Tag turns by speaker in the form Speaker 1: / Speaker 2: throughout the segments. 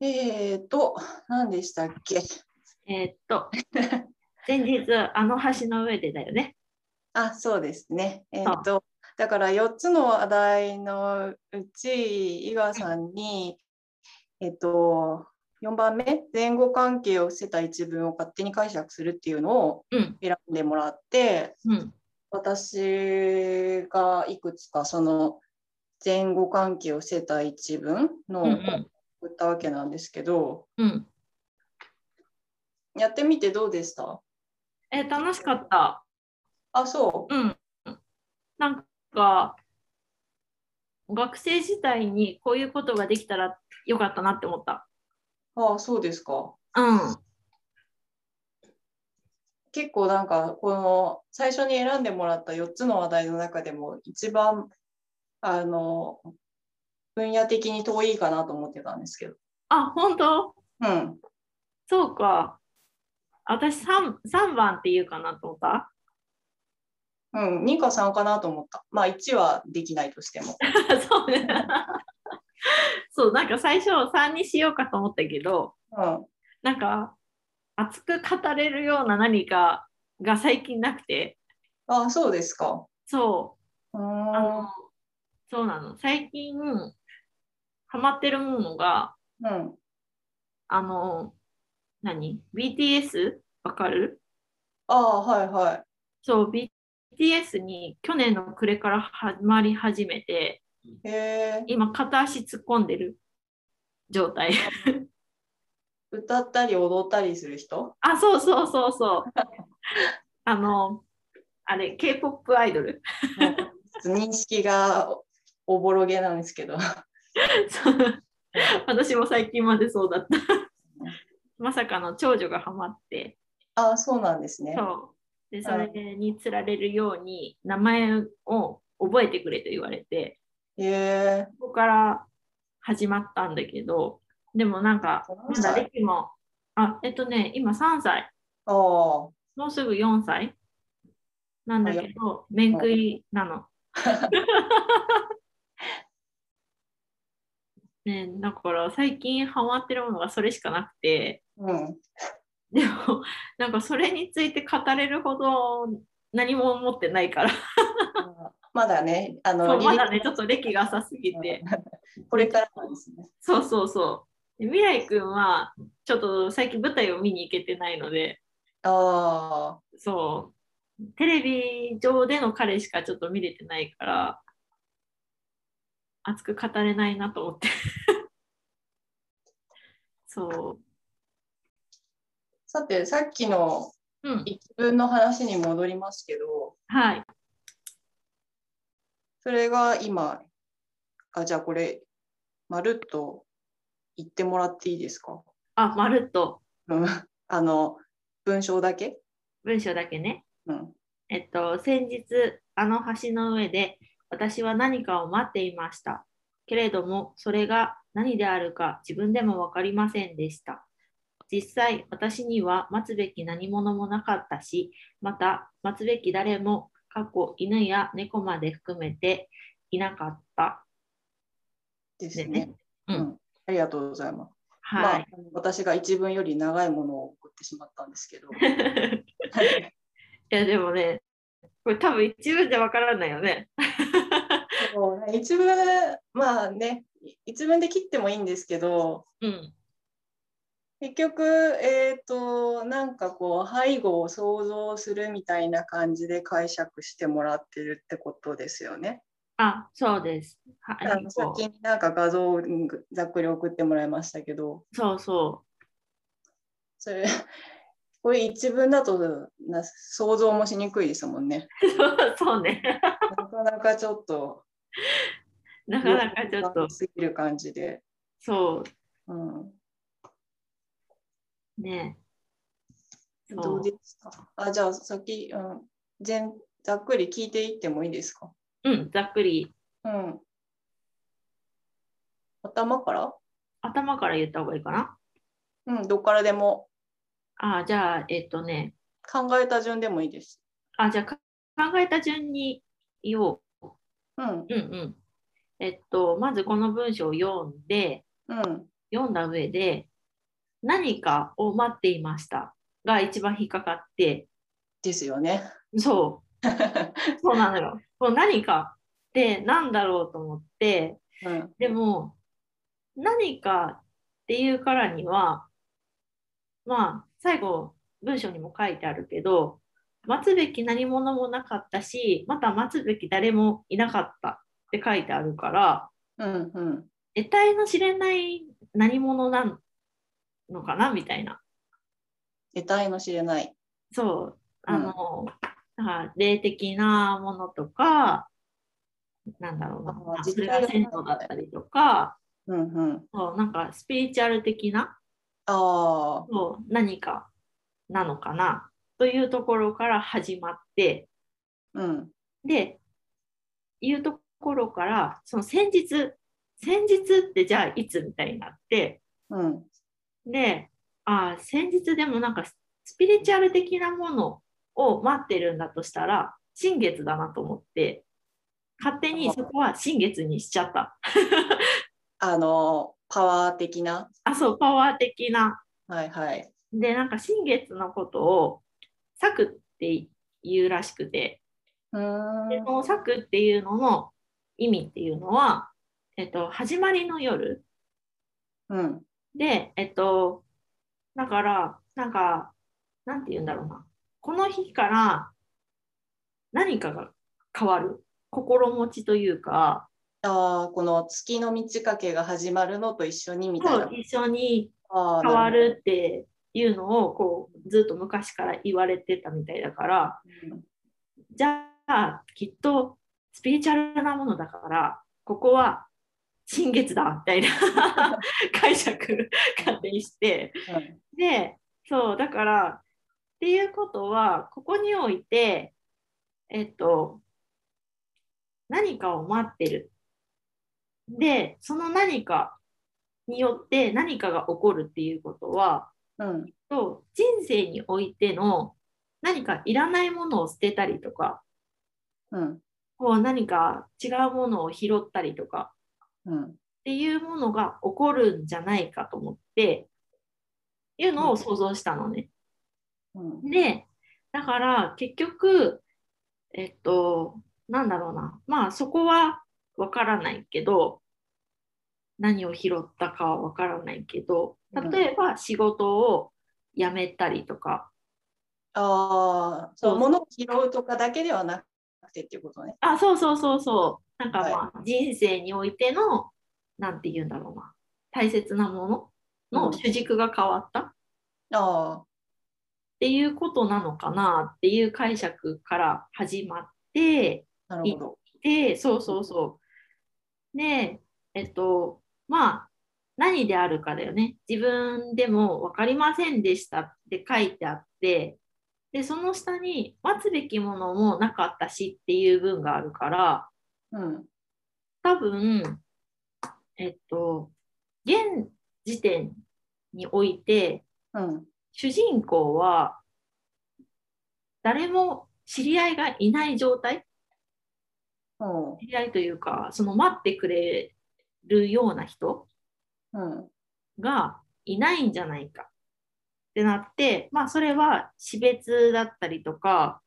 Speaker 1: えーと、何でしたっけ
Speaker 2: えーっと、 前日、あの橋の上でだよね。
Speaker 1: あ、そうですね。えーと、だから4つの話題のうち、井川さんに、えっと、4番目、前後関係を伏せた一文を勝手に解釈するっていうのを
Speaker 2: うん、
Speaker 1: 選んでもらって、
Speaker 2: うん、
Speaker 1: 私がいくつかその前後関係を伏せた一文の
Speaker 2: う
Speaker 1: を
Speaker 2: ん、う
Speaker 1: 送
Speaker 2: ん
Speaker 1: ったわけなんですけど、
Speaker 2: うん。
Speaker 1: やってみてどうでした
Speaker 2: えー楽しかった。
Speaker 1: あ、そ
Speaker 2: うん。なんか、学生時代にこういうことができたらよかったなって思った。
Speaker 1: う。あ、そうですか。
Speaker 2: うん。
Speaker 1: 結構なんかこの最初に選んでもらった4つの話題の中でも一番あの分野的に遠いかなと思ってたんですけど。
Speaker 2: あ、本当
Speaker 1: うん。
Speaker 2: そうか。私 3, 3番って言うかなと思った。
Speaker 1: うん、2か3かなと思った。まあ1はできないとしても。
Speaker 2: そうね。 そう、なんか最初3にしようかと思ったけど、
Speaker 1: うん。
Speaker 2: なんか熱く語れるような何かが最近なくて、
Speaker 1: あ、そうですか。
Speaker 2: そう
Speaker 1: ー
Speaker 2: う、あ
Speaker 1: ん。
Speaker 2: の、そうなの。最近ハマってるものが、
Speaker 1: うん。
Speaker 2: あの、何 ?BTS? わかる
Speaker 1: ああ、はいはい。
Speaker 2: そう、BTS に去年の暮れから始まり始めて、
Speaker 1: へえ。
Speaker 2: 今片足突っ込んでる状態
Speaker 1: 歌ったり踊ったりする人
Speaker 2: あそうそうそうそうあのあれ k p o p アイドル
Speaker 1: うん認識がおおぼろげなんです けど。
Speaker 2: そう 私も最近までそうだったまさかの長女がハマって
Speaker 1: ああ、そうなんですね。
Speaker 2: そうでそれにつられるように名前を覚えてくれと言われて
Speaker 1: へえ。
Speaker 2: ここから始まったんだけどでもなんかまだ歴もあえっとね今3歳
Speaker 1: ああ。
Speaker 2: もうすぐ4歳なんだけど、面食いなの。 ねえ、だから最近ハマってるものがそれしかなくて、
Speaker 1: うん。
Speaker 2: でも、なんかそれについて語れるほど何も持ってないから、
Speaker 1: まだね、あの、
Speaker 2: そうまだね、ちょっと歴が浅すぎて、
Speaker 1: これからなんですね。
Speaker 2: そうそうそう。で未来くんは、ちょっと最近舞台を見に行けてないので、
Speaker 1: あ
Speaker 2: そう、テレビ上での彼しかちょっと見れてないから、熱く語れないなと思って。 そ
Speaker 1: あ、さて、さっきの
Speaker 2: う、うん、
Speaker 1: 一文の話に戻りますけど、
Speaker 2: はい、
Speaker 1: それが今、あ、じゃあこれ、まるっと言ってもらっていいですか
Speaker 2: あ、まるっと
Speaker 1: うん あの、文章だけ
Speaker 2: 文章だけね。
Speaker 1: うん。
Speaker 2: えっと、先日、あの橋の上で、私は何かを待っていました。けれども、それが何であるか自分でも分かりませんでした。実際、私には待つべき何者もなかったし、また、待つべき誰も、過去、犬や猫まで含めていなかった。
Speaker 1: です
Speaker 2: で
Speaker 1: ね。
Speaker 2: ね。うん
Speaker 1: ありがとうございます。
Speaker 2: はい。
Speaker 1: まあ、私が一文より長いものを送ってしまったんです けど。
Speaker 2: いや、でもね、これ多分一部じゃ分からないよね。
Speaker 1: そうね一文、まあね、い一文で切ってもいいんですけど、
Speaker 2: うん。
Speaker 1: 結局、えっ、と、なんかこう、背後を想像するみたいな感じで解釈してもらってるってことですよね。
Speaker 2: あ、そうです。は
Speaker 1: あのさっきなんか画像をうんざっくり送ってもらいましたけど、
Speaker 2: そうそう。
Speaker 1: それ、 これ一文だとな想像もしにくいですもんね。
Speaker 2: そう そうね。
Speaker 1: なかなかちょっと、
Speaker 2: なかなかちょっと、
Speaker 1: すぎる感じで。
Speaker 2: そ
Speaker 1: うん
Speaker 2: うね。そう
Speaker 1: どうですかあじゃあ先、うん、全ざっくり聞いていってもいいですか、
Speaker 2: うん、ざっくり
Speaker 1: うん、頭から、
Speaker 2: 頭から言った方がいいかな。
Speaker 1: うん、どっからでも
Speaker 2: あじゃあ、えっとね、
Speaker 1: 考えた順でもいいです。
Speaker 2: あじゃあか考えた順に言おう。
Speaker 1: うん
Speaker 2: うんうん。えっと、まずこの文章を読んで、
Speaker 1: うん
Speaker 2: 読んだ上で、何かを待っていましたが一番引っかかって、
Speaker 1: ですよね。
Speaker 2: そう、そうなのよ。もう何かってなんだろうと思って、
Speaker 1: うん、
Speaker 2: でも、何かっていうからには、まあ、最後、文章にも書いてあるけど、待つべき何者もなかったし、また待つべき誰もいなかったって書いてあるから、
Speaker 1: うん、うん。
Speaker 2: 得体の知れない何者なのかなみたいな。
Speaker 1: 得体の知れない。
Speaker 2: そう、あの、だから霊的なものとか、なんだろう
Speaker 1: あ
Speaker 2: な、
Speaker 1: ー
Speaker 2: それが銭湯だったりとか、
Speaker 1: うん、うん。
Speaker 2: そうなんかスピリチュアル的な
Speaker 1: ああ、
Speaker 2: そう何かなのかなというところから始まって、
Speaker 1: うん、
Speaker 2: で、いうところから、その先日、先日ってじゃあいつみたいになって、
Speaker 1: うん、
Speaker 2: で、あー先日でもなんかスピリチュアル的なものを待ってるんだとしたら、新月だなと思って、勝手にそこは新月にしちゃった。
Speaker 1: あの、パワー的な。
Speaker 2: あ、そう、パワー的な。
Speaker 1: はい、はい。
Speaker 2: で、なんか新月のことを、作って言うらしくて、
Speaker 1: うーん
Speaker 2: でその作っていうのの意味っていうのは、えっと、始まりの夜、
Speaker 1: うん、
Speaker 2: で、えっと、だから、なんか、なんて言うんだろうな。この日から何かが変わる。心持ちというか、
Speaker 1: ああ、この月の満ち欠けが始まるのと一緒にみたいな。
Speaker 2: 一緒に
Speaker 1: ああ
Speaker 2: 変わ。るっていうのを、こう、ずっと昔から言われてたみたいだから、じゃあ、きっとスピリチュアルなものだから、ここは新月だ、みたいな 解釈勝手にして、
Speaker 1: なる
Speaker 2: で、そう、だから、っていうことは、ここにおいて、えっと、何かを待ってる。で、その何かによって何かが起こるっていうことは、
Speaker 1: ほどうん、うん、
Speaker 2: と人生においての何かいらないものを捨てたりとか、
Speaker 1: うん、
Speaker 2: こう何か違うものを拾ったりとか
Speaker 1: うん。
Speaker 2: っていうものが起こるんじゃないかと思って、いうのを想像したのね。
Speaker 1: うん
Speaker 2: で、だから結局、えっと、なんだろうな、まあそこはわからないけど、何を拾ったかはわからないけど、例えば仕事を辞めたりとか、
Speaker 1: ああ、
Speaker 2: そ
Speaker 1: そうう、物を拾うとかだけではなくてっていうことね。
Speaker 2: あ、そうそうそうそう、なんか
Speaker 1: はい
Speaker 2: まあ人生においての、なんて言うんだろうな、大切なものの主軸が変わったっ
Speaker 1: あ
Speaker 2: ていうことなのかなっていう解釈から始まって、
Speaker 1: あ、なるほど。
Speaker 2: で、そうそうそう。で、えっと、まあ、何であるかだよね。自分でも分かりませんでしたって書いてあって、で、その下に待つべきものもなかったしっていう文があるから、
Speaker 1: うん、
Speaker 2: 多分、えっと、現時点において、
Speaker 1: うん、
Speaker 2: 主人公は誰も知り合いがいない状態
Speaker 1: うん、
Speaker 2: 知り合いというか、その待ってくれるような人
Speaker 1: うん、
Speaker 2: がいないんじゃないかってなって、まあそれは死別だったりとか、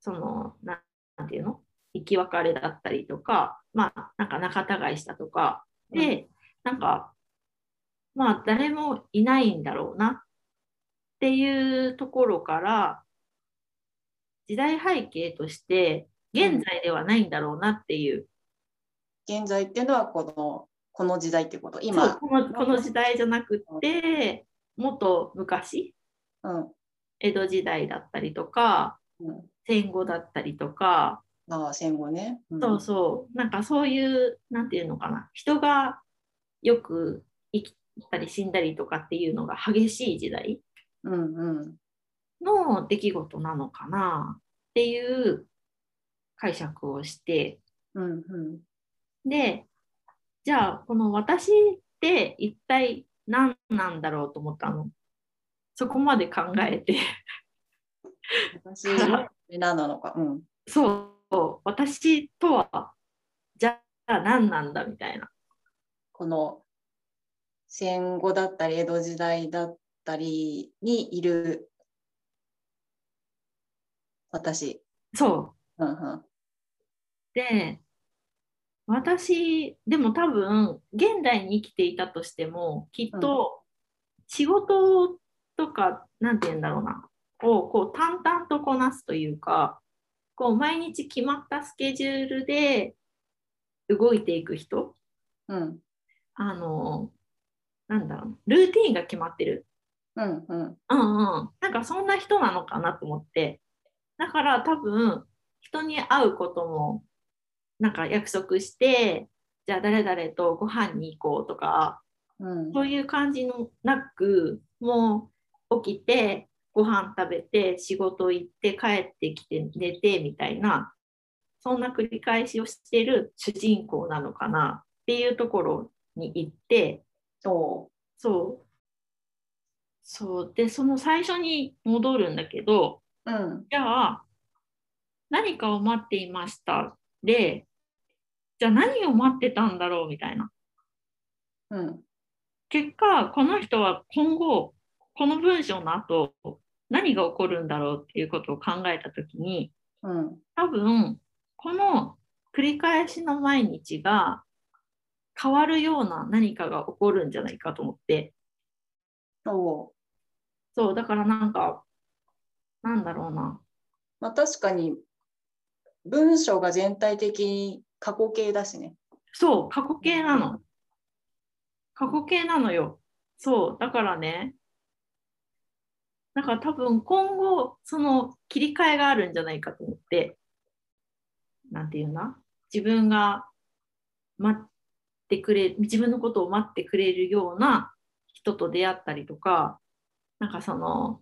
Speaker 2: その、ななんていうの生き別れだったりとか、まあなんか仲違いしたとか、で、なんか、まあ誰もいないんだろうなっていうところから、時代背景として、現在ではないんだろうなっていう
Speaker 1: 現在っていうのはこの、この時代ってこと。
Speaker 2: そう
Speaker 1: 今、
Speaker 2: このこの時代じゃなくってもっと昔
Speaker 1: うん、
Speaker 2: 江戸時代だったりとか
Speaker 1: うん。
Speaker 2: 戦後だったりとか、
Speaker 1: ああ、戦後ね。うん
Speaker 2: そうそうなんかそういうなんていうのかな人がよく生きたり死んだりとかっていうのが激しい時代
Speaker 1: うん、うん。
Speaker 2: の出来事なのかなっていう解釈をして
Speaker 1: うん、うん。
Speaker 2: でじゃあこの私って一体何なんだろうと思ったの。そこまで考えて
Speaker 1: 私、何なのか。うん。
Speaker 2: そう、私とは、じゃあ何なんだみたいな。
Speaker 1: この戦後だったり江戸時代だったりにいる私。
Speaker 2: そ
Speaker 1: う
Speaker 2: う。
Speaker 1: んうん
Speaker 2: で、私、でも多分、現代に生きていたとしても、きっと、仕事とか、なんて言うんだろうな、をこう淡々とこなすというか、こう毎日決まったスケジュールで動いていく人、
Speaker 1: うん
Speaker 2: あの、なんだろう、ルーティーンが決まってる。
Speaker 1: うんうん
Speaker 2: うんうん、なんかそんな人なのかなと思ってだから多分人に会うこともなんか約束してじゃあ誰々とご飯に行こうとか
Speaker 1: うん
Speaker 2: そういう感じのなくもう起きてご飯食べて仕事行って帰ってきて寝てみたいなそんな繰り返しをしてる主人公なのかなっていうところに行って
Speaker 1: おう
Speaker 2: そう。そう。で、その最初に戻るんだけど、
Speaker 1: うん
Speaker 2: じゃあ、何かを待っていました。で、じゃあ何を待ってたんだろうみたいな。
Speaker 1: うん
Speaker 2: 結果、この人は今後、この文章の後、何が起こるんだろうっていうことを考えたときに、
Speaker 1: うん
Speaker 2: 多分、この繰り返しの毎日が変わるような何かが起こるんじゃないかと思って、
Speaker 1: おう
Speaker 2: そう、だからなんか、なんだろうな。
Speaker 1: まあ確かに文章が全体的に過去形だしね。
Speaker 2: そう、過去形なの。過去形なのよ。そう、だからね。なんか多分今後、その切り替えがあるんじゃないかと思って、なんていうんだ自分が待ってくれ、自分のことを待ってくれるような人と出会ったりとか、なんかその、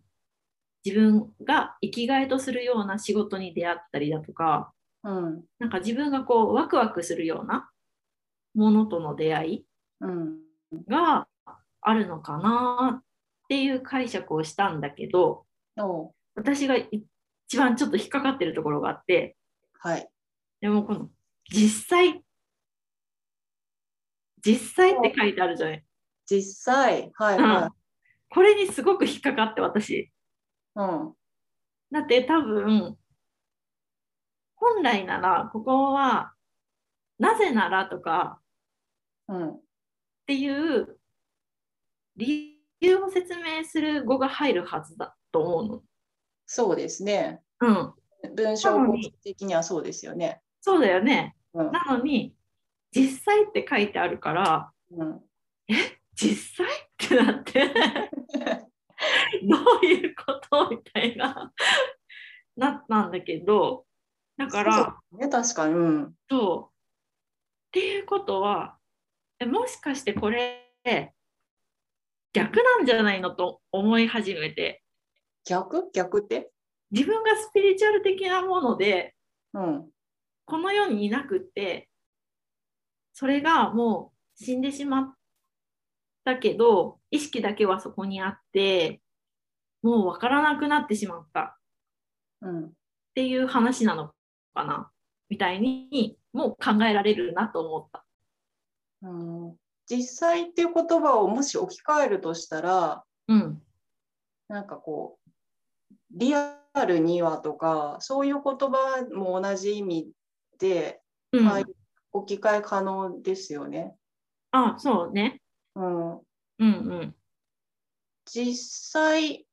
Speaker 2: 自分が生きがいとするような仕事に出会ったりだとか、
Speaker 1: うん
Speaker 2: なんか自分がこうワクワクするようなものとの出会い
Speaker 1: うん
Speaker 2: があるのかなっていう解釈をしたんだけど
Speaker 1: おう
Speaker 2: 私が一番ちょっと引っかかってるところがあって
Speaker 1: はい。
Speaker 2: でもこの実際実際って書いてあるじゃない
Speaker 1: 実際はいはい。
Speaker 2: これにすごく引っかかって私
Speaker 1: うん
Speaker 2: だって多分本来ならここはなぜならとか
Speaker 1: うん
Speaker 2: っていう理由を説明する語が入るはずだと思
Speaker 1: そうですね。
Speaker 2: うの。うん、
Speaker 1: 文章構造的にはそうですよね。
Speaker 2: そうだよね。
Speaker 1: うん
Speaker 2: なのに実際って書いてあるから
Speaker 1: うん、
Speaker 2: 実際ってなって どういうことみたいななったんだけどだから
Speaker 1: そうそうね確かに、うん、
Speaker 2: そう。っていうことは、えもしかしてこれ、逆なんじゃないのと思い始めて、
Speaker 1: 逆逆って、
Speaker 2: 自分がスピリチュアル的なもので、
Speaker 1: うん、
Speaker 2: この世にいなくって、それがもう死んでしまったけど、意識だけはそこにあって、もうわからなくなってしまった。
Speaker 1: うん、
Speaker 2: っていう話なのかなみたいにもう考えられるなと思った。
Speaker 1: うん。実際っていう言葉をもし置き換えるとしたら、
Speaker 2: うん、
Speaker 1: なんかこう、リアルにはとか、そういう言葉も同じ意味で、
Speaker 2: うん
Speaker 1: はい置き換え可能ですよね。
Speaker 2: あそうね。
Speaker 1: うん、
Speaker 2: うんうん。
Speaker 1: 実際、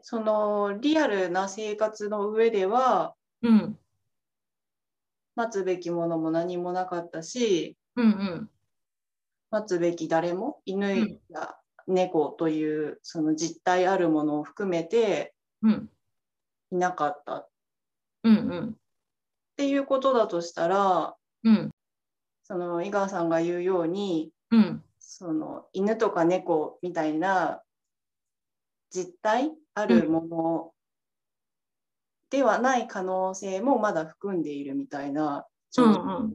Speaker 1: そのリアルな生活の上では、
Speaker 2: うん
Speaker 1: 待つべきものも何もなかったし、
Speaker 2: うんうん。
Speaker 1: 待つべき誰も犬
Speaker 2: うん
Speaker 1: や猫というその実体あるものを含めて
Speaker 2: うん
Speaker 1: いなかったっ
Speaker 2: うんうん
Speaker 1: ていうことだとしたら
Speaker 2: うん
Speaker 1: その井川さんが言うように
Speaker 2: うん
Speaker 1: その犬とか猫みたいな実体あるものではない可能性もまだ含んでいるみたいな
Speaker 2: う
Speaker 1: 状況
Speaker 2: んうん。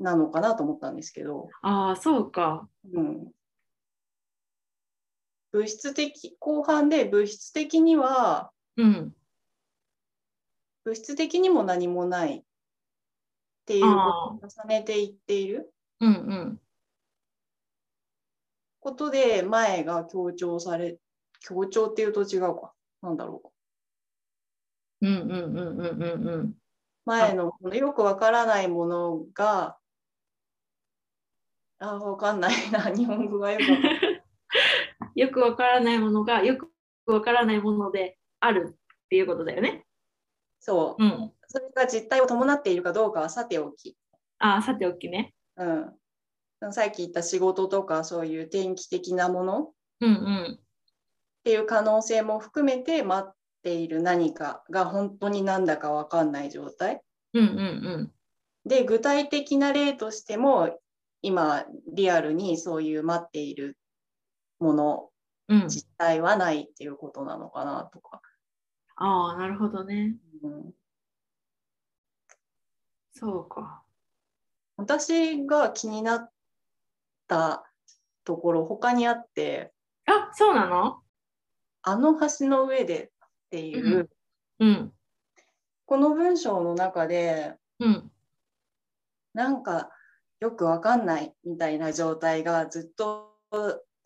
Speaker 1: なのかなと思ったんですけど。
Speaker 2: ああそうか。
Speaker 1: うん物質的後半で物質的には
Speaker 2: うん。
Speaker 1: 物質的にも何もないっていうこと
Speaker 2: ああ
Speaker 1: を重ねていっている
Speaker 2: うんうん。
Speaker 1: ことで前が強調され強調っていうと違うかなんだろう
Speaker 2: うんうんうんうんうんうん。
Speaker 1: 前のこのよくわからないものがあわかんないな 日本語がよくわかんない
Speaker 2: よくわからないものがよくわからないものであるっていうことだよね。
Speaker 1: そう
Speaker 2: うん。
Speaker 1: それが実態を伴っているかどうかはさておき、
Speaker 2: ああ、さておきね。
Speaker 1: うん、さっき言った仕事とかそういう天気的なものっ
Speaker 2: うんうん。
Speaker 1: ていう可能性も含めて待っている何かが本当になんだかわかんない状態
Speaker 2: うんうん
Speaker 1: で具体的な例としても今リアルにそういう待っているもの
Speaker 2: うん。うん。
Speaker 1: 実態はないっていうことなのかなとか、
Speaker 2: ああ、なるほどね。
Speaker 1: うん、
Speaker 2: そうか。
Speaker 1: 私が気になったところ他にあって
Speaker 2: あそうなの
Speaker 1: 「あの橋の上で」っていう、
Speaker 2: うんうん。
Speaker 1: この文章の中で
Speaker 2: うん。
Speaker 1: なんかよくわかんないみたいな状態がずっと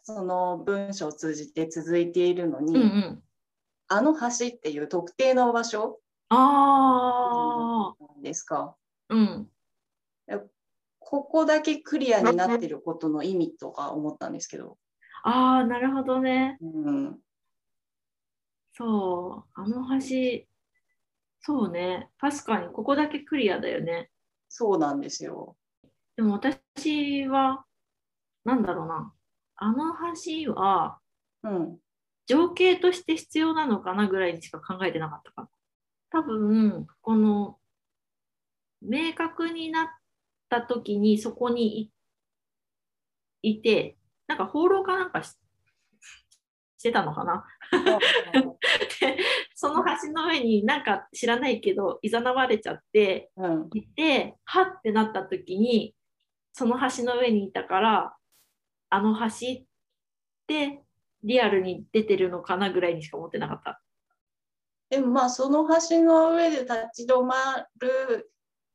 Speaker 1: その文章を通じて続いているのに、
Speaker 2: うんうん。
Speaker 1: あの橋っていう特定の場所
Speaker 2: ああ。
Speaker 1: なんですか
Speaker 2: うん。
Speaker 1: ここだけクリアになってることの意味とか思ったんですけど、
Speaker 2: ああ、なるほどね。
Speaker 1: うん、
Speaker 2: そう。あの橋。そうね。確かに、ここだけクリアだよね。
Speaker 1: そうなんですよ。
Speaker 2: でも私は、なんだろうな。あの橋は
Speaker 1: うん、
Speaker 2: 情景として必要なのかなぐらいにしか考えてなかったかな。多分、この、明確になった時にそこにいいて、なんか放浪かなんかししてたのかな。その橋の上になんか知らないけど、いざなわれちゃって、
Speaker 1: うん、
Speaker 2: いてはってなった時にその橋の上にいたからあの橋ってリアルに出てるのかなぐらいにしか思ってなかった。
Speaker 1: でもまあその橋の上で立ち止まる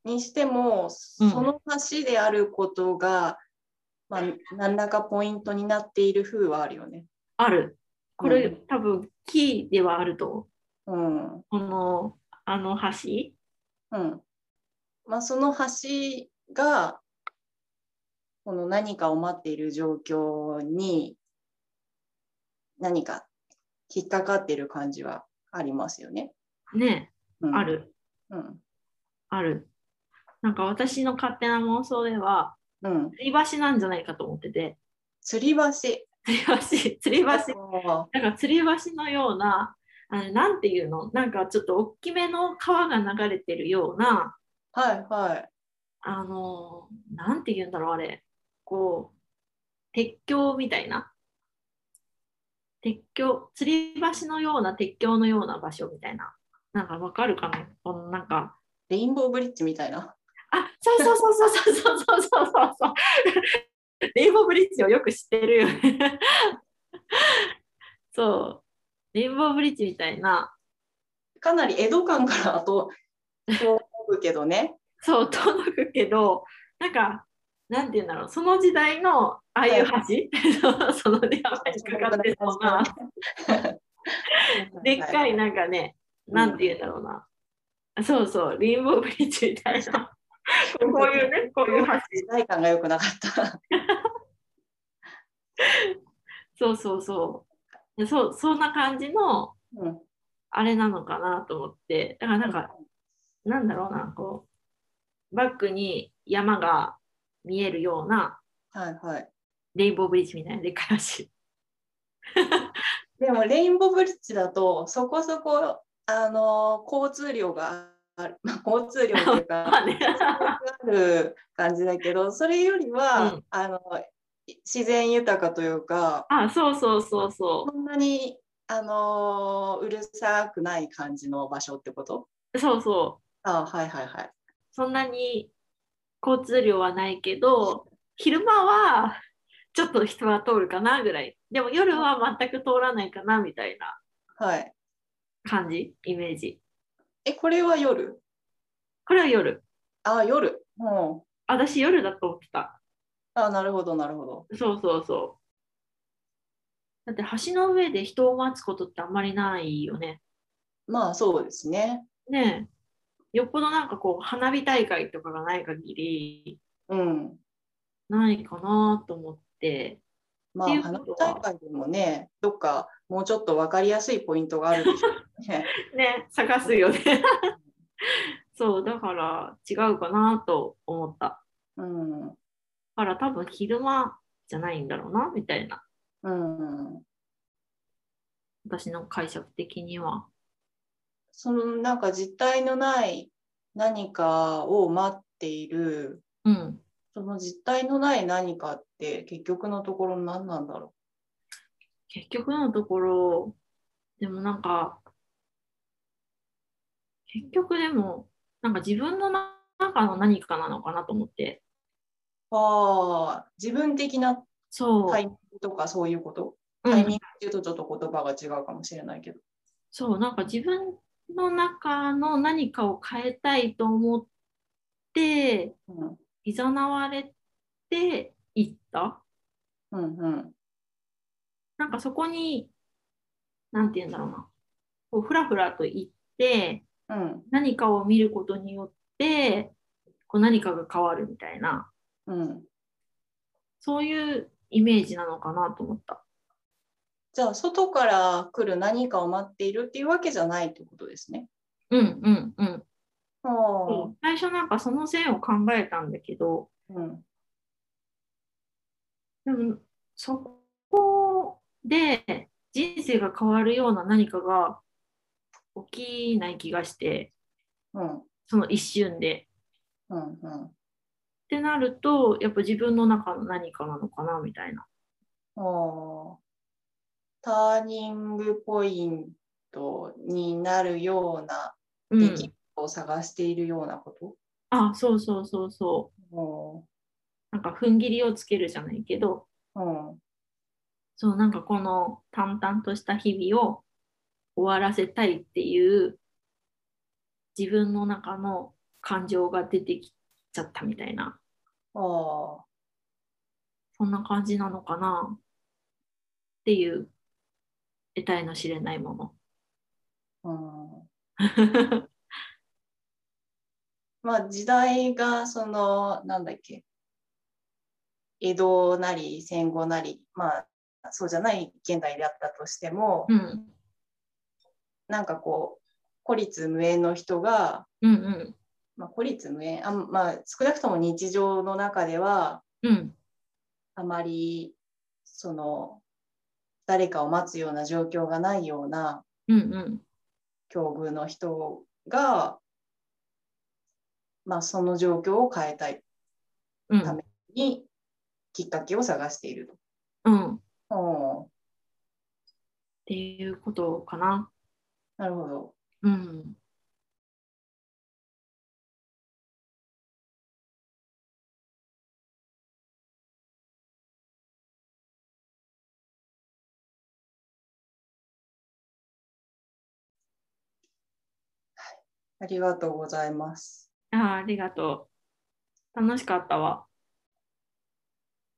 Speaker 1: にしてもそ
Speaker 2: うん
Speaker 1: の橋であることが、まあ、何らかポイントになっている風はあるよね。
Speaker 2: ある。これ、
Speaker 1: うん
Speaker 2: 多分キーではあると思う。
Speaker 1: うん
Speaker 2: このあの橋。
Speaker 1: うんまあ、その橋がこの何かを待っている状況に何か引っかかってる感じはありますよね。
Speaker 2: ね
Speaker 1: うん、
Speaker 2: あ、る
Speaker 1: うん
Speaker 2: ある。なんか私の勝手な妄想では
Speaker 1: うん。
Speaker 2: 吊り橋なんじゃないかと思ってて
Speaker 1: 吊り
Speaker 2: 吊り橋吊り
Speaker 1: 橋。
Speaker 2: 橋なんか吊り橋のような、あのなんていうの、なんかちょっと大きめの川が流れてるような、
Speaker 1: はいはい。
Speaker 2: あのーなんて言うんだろう、あれ、こう、鉄橋みたいな、鉄橋、吊り橋のような鉄橋のような場所みたいな、なんかわかるかな、このなんか、
Speaker 1: レインボーブリッジみたいな。
Speaker 2: あそうそうそうそうそうそうそうそうそう。レインボーブリッジをよく知ってるよね。そう。レインボーブリッジみたいな、
Speaker 1: かなり江戸間からあと、そう思うけど ね。
Speaker 2: そう、届くけど、なんか、なんて言うんだろう、その時代のああいう橋、 そのね、山にか かってそうな、でっかい、なんかね、なんて言うんだろうな、そうそう、リンボーブリッジみたい な、こういうね、こういう橋、
Speaker 1: 時代感が良くなかった。
Speaker 2: そうそうそうで、そうそんな感じの、
Speaker 1: うん
Speaker 2: あれなのかなと思って、だからなんか、なんだろうな、こう、バックに山が見えるような、
Speaker 1: はいはい。
Speaker 2: レインボーブリッジみたいなでっかい橋。
Speaker 1: でもレインボーブリッジだとそこそこあの交通量がある、まあ、交通量という
Speaker 2: ま
Speaker 1: か
Speaker 2: あね
Speaker 1: ある感じだけどそれよりは、
Speaker 2: うん
Speaker 1: あの自然豊かというか
Speaker 2: あ、そうそうそうそ
Speaker 1: そんなにあのうるさくない感じの場所ってこと
Speaker 2: う。そうそう。
Speaker 1: あはいはいはい。
Speaker 2: そんなに交通量はないけど、昼間はちょっと人は通るかなぐらい。でも夜は全く通らないかなみたいな
Speaker 1: はい、
Speaker 2: 感じ、イメージ。
Speaker 1: えこれは夜
Speaker 2: これは夜。
Speaker 1: あ夜。うん、
Speaker 2: 私夜だと思ってた。
Speaker 1: あなるほどなるほど。
Speaker 2: そうそうそだって橋の上で人を待つことってあんまりないよね。
Speaker 1: まあそうですね。
Speaker 2: ねえ。よっぽどなんかこう花火大会とかがない限り
Speaker 1: うん。
Speaker 2: ないかなと思って。
Speaker 1: まあ
Speaker 2: っていう
Speaker 1: 花火
Speaker 2: ことは
Speaker 1: 大会でもね、どっかもうちょっと分かりやすいポイントがあるで しょうね。
Speaker 2: ね探すよね。 そうだから違うかなと思った。
Speaker 1: うん。
Speaker 2: だから多分昼間じゃないんだろうなみたいな
Speaker 1: うん。
Speaker 2: 私の解釈的には。
Speaker 1: そのなんか実体のない何かを待っている、
Speaker 2: うん。
Speaker 1: その実体のない何かって結局のところ何なんだろ
Speaker 2: 結局のところでもなんか結局でもなんか自分の中の何かなのかなと思って
Speaker 1: う。ああ、自分的な
Speaker 2: そう、
Speaker 1: タイミングとかそういうこと、
Speaker 2: うん
Speaker 1: タイミングっていうとちょっと言葉が違うかもしれないけど。
Speaker 2: そうなんか自分の中の何かを変えたいと思って
Speaker 1: うん。
Speaker 2: いざなわれていった
Speaker 1: うんうん。
Speaker 2: なんかそこになんて言うんだろうなこうふらふらと行って
Speaker 1: うん
Speaker 2: 何かを見ることによってこう何かが変わるみたいな
Speaker 1: うん。
Speaker 2: そういうイメージなのかなと思った。
Speaker 1: じゃあ、外から来る何かを待っているっていうわけじゃないってことですね。
Speaker 2: うんうんうん。
Speaker 1: あ
Speaker 2: そ
Speaker 1: あ
Speaker 2: う最初なんかその線を考えたんだけど、
Speaker 1: うん。
Speaker 2: でもそこで人生が変わるような何かが起きない気がして、
Speaker 1: うん。
Speaker 2: その一瞬で。
Speaker 1: うん。うん。
Speaker 2: ってなると、やっぱ自分の中の何かなのかなみたいな。
Speaker 1: ああターニングポイントになるような
Speaker 2: う
Speaker 1: 出来
Speaker 2: ん
Speaker 1: 事。を探しているようなこ
Speaker 2: あ、そうそうそうそう。
Speaker 1: と、
Speaker 2: なんか踏ん切りをつけるじゃないけど、
Speaker 1: うんうん
Speaker 2: そうなんかこの淡々とした日々を終わらせたいっていう自分の中の感情が出てきちゃったみたいな
Speaker 1: ああ
Speaker 2: そんな感じなのかなっていう得体の知れないもの。
Speaker 1: う んまあ時代がそのなんだっけ江戸なり戦後なりまあそうじゃない現代であったとしても、
Speaker 2: うん
Speaker 1: なんかこう孤立無縁の人が、
Speaker 2: うんうん
Speaker 1: まあ、孤立無縁あん、まあ、少なくとも日常の中では
Speaker 2: うん
Speaker 1: あまりその誰かを待つような状況がないような
Speaker 2: うんうん
Speaker 1: 境遇の人が、まあ、その状況を変えたいうた
Speaker 2: ん
Speaker 1: めにきっかけを探している
Speaker 2: うんっ
Speaker 1: と。おー
Speaker 2: ていうことかな。
Speaker 1: なるほど。
Speaker 2: うん
Speaker 1: ありがとうございます。
Speaker 2: あーありがとう。楽しかったわ。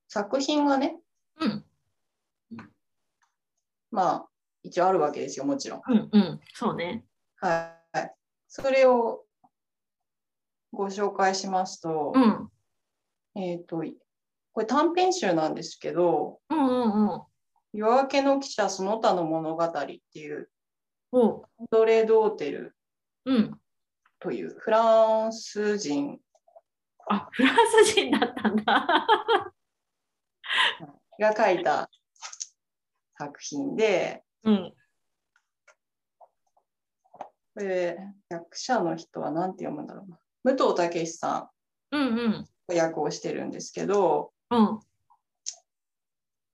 Speaker 1: 作品がね、
Speaker 2: うん
Speaker 1: まあ、一応あるわけですよ、もちろん。
Speaker 2: うんうんそうね。
Speaker 1: はい。それをご紹介しますと、
Speaker 2: うん
Speaker 1: えっ、と、これ短編集なんですけど、
Speaker 2: うんうんうん。
Speaker 1: 夜明けの記者その他の物語っていう、
Speaker 2: おう
Speaker 1: アンドレ・ドーテル
Speaker 2: うん
Speaker 1: というフランス人
Speaker 2: あ、フランス人だったんだ。
Speaker 1: が書いた作品で、
Speaker 2: うん。
Speaker 1: これ役者の人は何て読むんだろうな。武藤武さ
Speaker 2: うんうん。
Speaker 1: んが役をしてるんですけど、
Speaker 2: うん。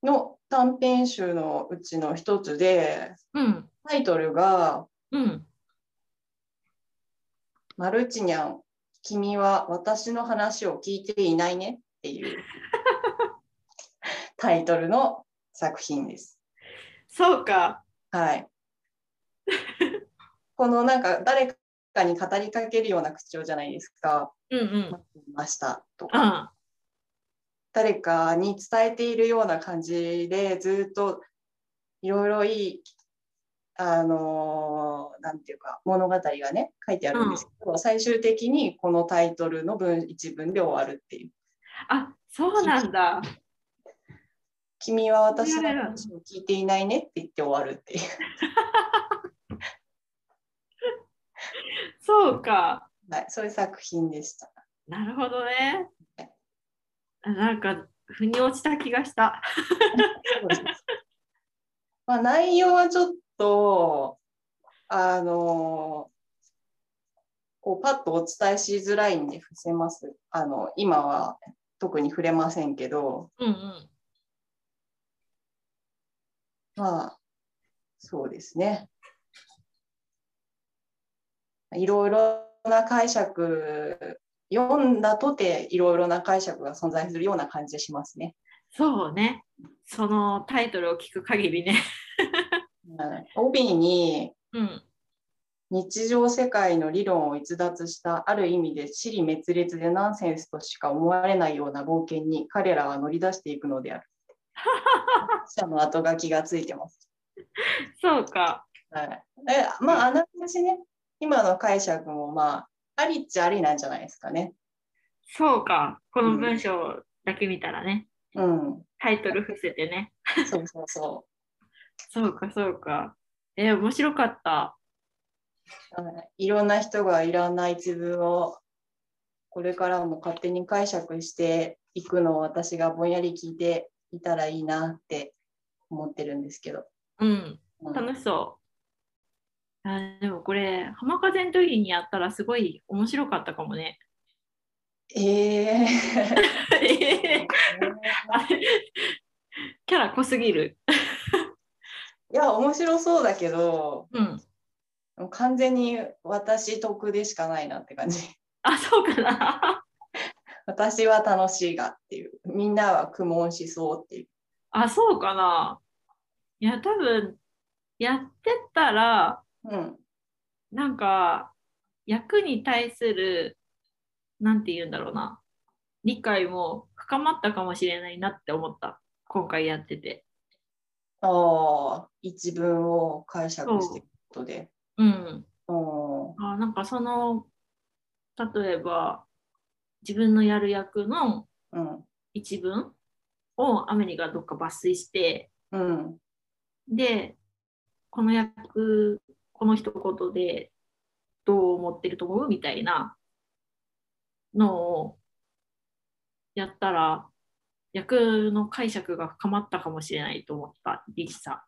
Speaker 1: の短編集のうちの一つで、
Speaker 2: うん。
Speaker 1: タイトルが、
Speaker 2: うん。
Speaker 1: マルチニャン、君は私の話を聞いていないねっていう タイトルの作品です。
Speaker 2: そうか。
Speaker 1: はい。このなんか誰かに語りかけるような口調じゃないですか。
Speaker 2: うん
Speaker 1: 待
Speaker 2: うん。
Speaker 1: っていましたとか、
Speaker 2: あ
Speaker 1: 誰かに伝えているような感じでずっといろいろいい、あのーなんていうか物語がね書いてあるんですけど、最終的にこのタイトルの文一文で終わるっていう
Speaker 2: あ、そうなんだ。
Speaker 1: 「君は私の話を聞いていないね」って言って終わるっていう。
Speaker 2: そうか。
Speaker 1: はい、そう いう作品でした。
Speaker 2: なるほどね。なんか、腑に落ちた気がした。
Speaker 1: まあ、内容はちょっと、あのこうパッとお伝えしづらいんで伏せます。あの今は特に触れませんけど、
Speaker 2: うんうん。
Speaker 1: まあ、そうですね。いろいろな解釈、読んだとていろいろな解釈が存在するような感じがしますね。
Speaker 2: そうね。そのタイトルを聞く限りね。
Speaker 1: うん帯に
Speaker 2: うん。
Speaker 1: 日常世界の理論を逸脱したある意味で私利滅裂でナンセンスとしか思われないような冒険に彼らは乗り出していくのである。作者の後書きがついてます。
Speaker 2: そうか。
Speaker 1: はい、えまああながちね今の解釈もまあありっちゃありなんじゃないですかね。
Speaker 2: そうか。この文章だけ見たらね。
Speaker 1: うん、
Speaker 2: タイトル伏せてね。
Speaker 1: そうそうそ
Speaker 2: そうか、そうか。えー面白かった。
Speaker 1: う。はい、いろんな人がいろんな一文をこれからも勝手に解釈していくのを私がぼんやり聞いていたらいいなって思ってるんですけど。
Speaker 2: うん。
Speaker 1: うん
Speaker 2: 楽しそう。あでもこれ、浜風の時にやったらすごい面白かったかも ね。
Speaker 1: えー
Speaker 2: キャラ濃すぎる。
Speaker 1: いや面白そうだけど
Speaker 2: うん。
Speaker 1: 完全に私得でしかないなって感じ
Speaker 2: あ、そうかな。
Speaker 1: 私は楽しいがっていうみんなは苦悶しそうっていう
Speaker 2: あ、そうかな。いや、多分、やってったら、
Speaker 1: うん
Speaker 2: なんか、役に対する、なんて言うんだろうな。理解も深まったかもしれないなって思った。今回やってて。
Speaker 1: ああ一文を解釈していくことで
Speaker 2: うん。
Speaker 1: うん
Speaker 2: あなんかその例えば自分のやる役の
Speaker 1: うん
Speaker 2: 一文をアメリがどっか抜粋して
Speaker 1: うん
Speaker 2: でこの役この一言でどう思ってると思うみたいなのをやったら役の解釈が深まったかもしれないと思ったリキさ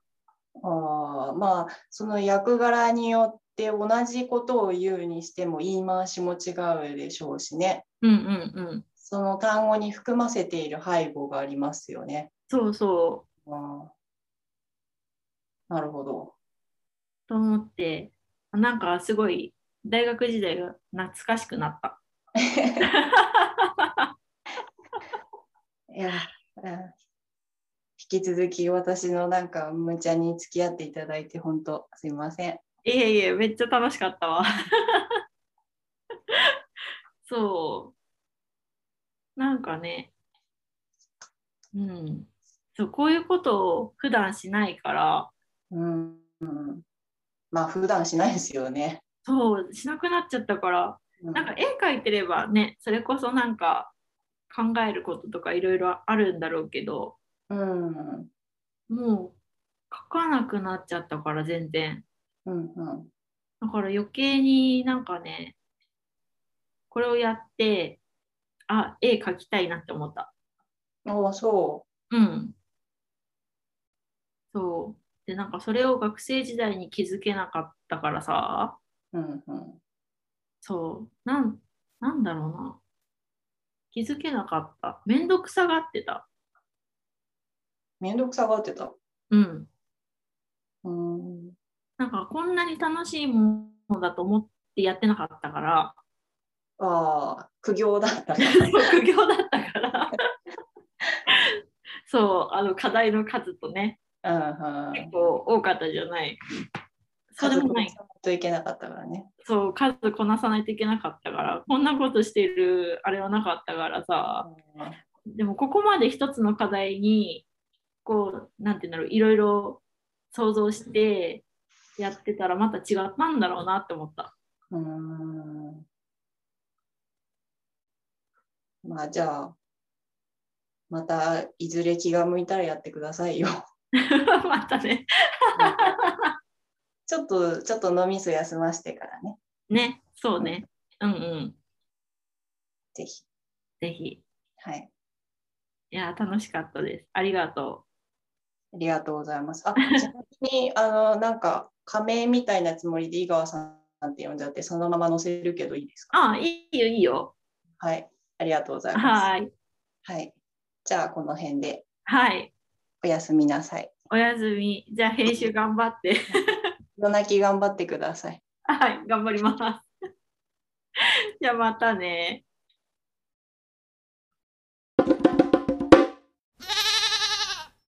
Speaker 1: ああまあその役柄によって同じことを言うにしても言い回しも違うでしょうしね
Speaker 2: ん。うんうんうん。
Speaker 1: その単語に含ませている背後がありますよね。
Speaker 2: そうそう。
Speaker 1: ああなるほど。
Speaker 2: と思ってなんかすごい大学時代が懐かしくなった
Speaker 1: いや、うん引き続き私のなんか無茶に付き合っていただいて本当すいません。
Speaker 2: いえいえめっちゃ楽しかったわ そうなんかねうんそうこういうことを普段しないから
Speaker 1: うん、うん、まあ普段しないですよね。
Speaker 2: そうしなくなっちゃったから
Speaker 1: うん
Speaker 2: なんか絵描いてればねそれこそなんか考えることとかいろいろあるんだろうけど
Speaker 1: うんうん
Speaker 2: もう描かなくなっちゃったから全然
Speaker 1: うん
Speaker 2: だから余計になんかね、これをやって、あ、絵描きたいなって思った。
Speaker 1: おーそ
Speaker 2: うん。そう。で、なんかそれを学生時代に気づけなかったからさ、
Speaker 1: う。うんうん
Speaker 2: そう、なん、なんだろうな。気づけなかった。めんどくさがってた。
Speaker 1: めんどくさがってた。
Speaker 2: うん。
Speaker 1: うん
Speaker 2: なんかこんなに楽しいものだと思ってやってなかった から、
Speaker 1: ああ苦行だったね。
Speaker 2: 副業だったから。 そう、あの課題の数とね、
Speaker 1: うんうん
Speaker 2: 結構多かったじゃない。そうで
Speaker 1: 数こ
Speaker 2: もな
Speaker 1: ない
Speaker 2: い。
Speaker 1: といけなかったからね。
Speaker 2: そう、数こなさないといけなかったから、こんなことしてるあれはなかったからさ、でもここまで一つの課題に、こう、なんていうんだろう、いろいろ想像してやってたらまた違ったんだろうなって思った。
Speaker 1: うんまあじゃあ、またいずれ気が向いたらやってくださ いよ。
Speaker 2: またね。
Speaker 1: ちょっと、ちょっと脳みそ休ませてからね、
Speaker 2: ね、そうね。うんうん。
Speaker 1: ぜひ。
Speaker 2: ぜひ。
Speaker 1: はい。
Speaker 2: いや、楽しかったです。ありがと
Speaker 1: ありがとうございます。 あ、ちなみに、あの、なんか、仮名みたいなつもりで井川さんって呼んじゃって、そのまま載せるけどいいです
Speaker 2: う。
Speaker 1: か
Speaker 2: ああ、いいよ、いいよ。
Speaker 1: はい。ありがとうございます。
Speaker 2: はーい。
Speaker 1: はい。じゃあ、この辺で
Speaker 2: はい。
Speaker 1: おやすみなさい。
Speaker 2: おやすみ。じゃあ、編集頑張って。
Speaker 1: 夜泣き頑張ってください。
Speaker 2: はい、頑張ります。じゃあ、またね。